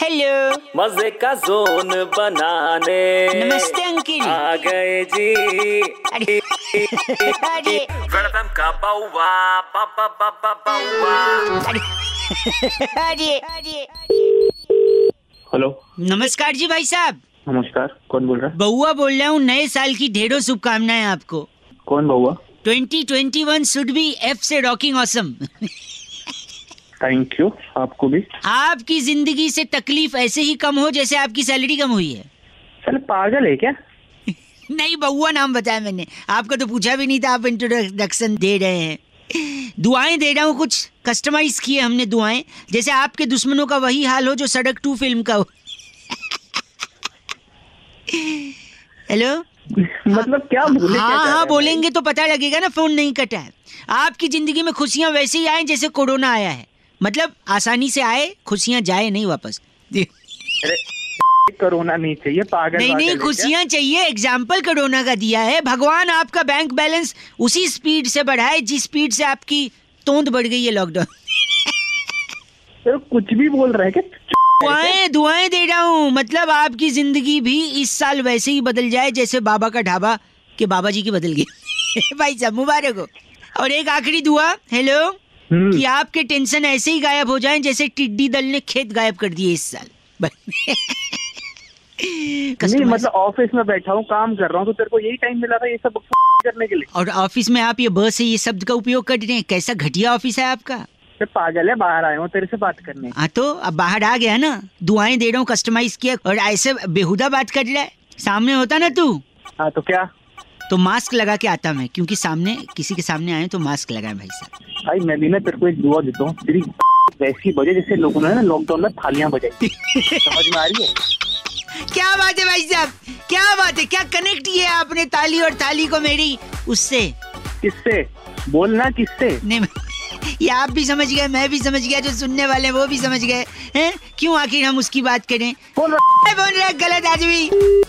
Hello मजे का zone बनाने नमस्ते अंकिल आ गए जी अरे अरे वेलकम का बाउवा बाबा बाबा बाउवा अरे अरे हेलो नमस्कार जी भाई साहब नमस्कार कौन बोल रहा है बउआ बोल रहा हूँ नए साल की ढेरों शुभकामनाएं आपको कौन बहुआ 2021 शुड बी एफ से रॉकिंग ऑसम थैंक यू आपको भी आपकी जिंदगी से तकलीफ ऐसे ही कम हो जैसे आपकी सैलरी कम हुई है चल पागल है क्या नहीं बउआ नाम बताया मैंने आपको तो पूछा भी नहीं था आप इंट्रोडक्शन दे रहे हैं दुआएं दे रहा हूँ कुछ कस्टमाइज किए हमने दुआएं जैसे आपके दुश्मनों का वही हाल हो जो सड़क टू फिल्म का हो हेलो मतलब क्या बोले क्या हाँ चाह रहे हाँ हैं बोलेंगे तो पता लगेगा ना फोन नहीं कटा है आपकी जिंदगी में खुशियां वैसे ही आए जैसे कोरोना आया है मतलब आसानी से आए खुशियां जाए नहीं वापस जी। भाई? कोरोना नहीं चाहिए पागल नहीं वागल है नहीं क्या? खुशियां चाहिए एग्जाम्पल कोरोना का दिया है भगवान आपका बैंक बैलेंस उसी स्पीड से बढ़ाए जिस स्पीड से आपकी तोंद बढ़ गई है लॉकडाउन चलो कुछ भी बोल रहा है क्या दुआएं दुआएं दे रहा हूँ मतलब आपकी जिंदगी भी इस साल वैसे ही बदल जाए जैसे बाबा का ढाबा के बाबा जी की बदल गई भाई साहब मुबारक हो और एक आखिरी दुआ हेलो हम्म, कि आपके टेंशन ऐसे ही गायब हो जाएं जैसे टिड्डी दल ने खेत गायब कर दिए इस साल नहीं Customers- मतलब ऑफिस में बैठा हूँ काम कर रहा हूँ तो तेरे को यही टाइम मिला था ये सब करने के लिए और ऑफिस में आप ये ब से ये शब्द का उपयोग कर रहे हैं कैसा घटिया ऑफिस है आपका अरे पागल है बाहर आया हूँ तेरे से बात करने हाँ तो अब बाहर आ गया ना दुआएं दे रहा हूँ कस्टमाइज किया और ऐसे बेहुदा बात कर रहा है सामने होता ना तू हाँ तो क्या तो मास्क लगा के आता मैं क्योंकि सामने किसी के सामने आए तो मास्क लगाए भाई साहब भाई मैं भी ना तेरे को एक दुआ देता हूँ तेरी वैसी बजे जैसे लोगों ने ना लॉकडाउन में थालियां बजाई समझ में आ रही है क्या बात है भाई साहब क्या बात है क्या कनेक्ट किया है आपने ताली और थाली को मेरी उससे किससे बोलना किससे नहीं ये आप भी समझ गए मैं भी समझ गया जो सुनने वाले हैं, वो भी समझ गए हैं क्यों आखिर हम उसकी बात करें बोल रहा मैं बोल रहा गलत आदमी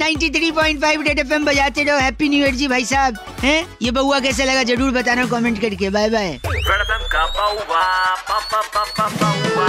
93.5 रेड एफएम बजाते रहो हैप्पी न्यू ईयर जी भाई साहब हैं ये बउआ कैसा लगा जरूर बताना कमेंट करके बाय बाय वेलकम का बाउवा बाबा बाबा बाउवा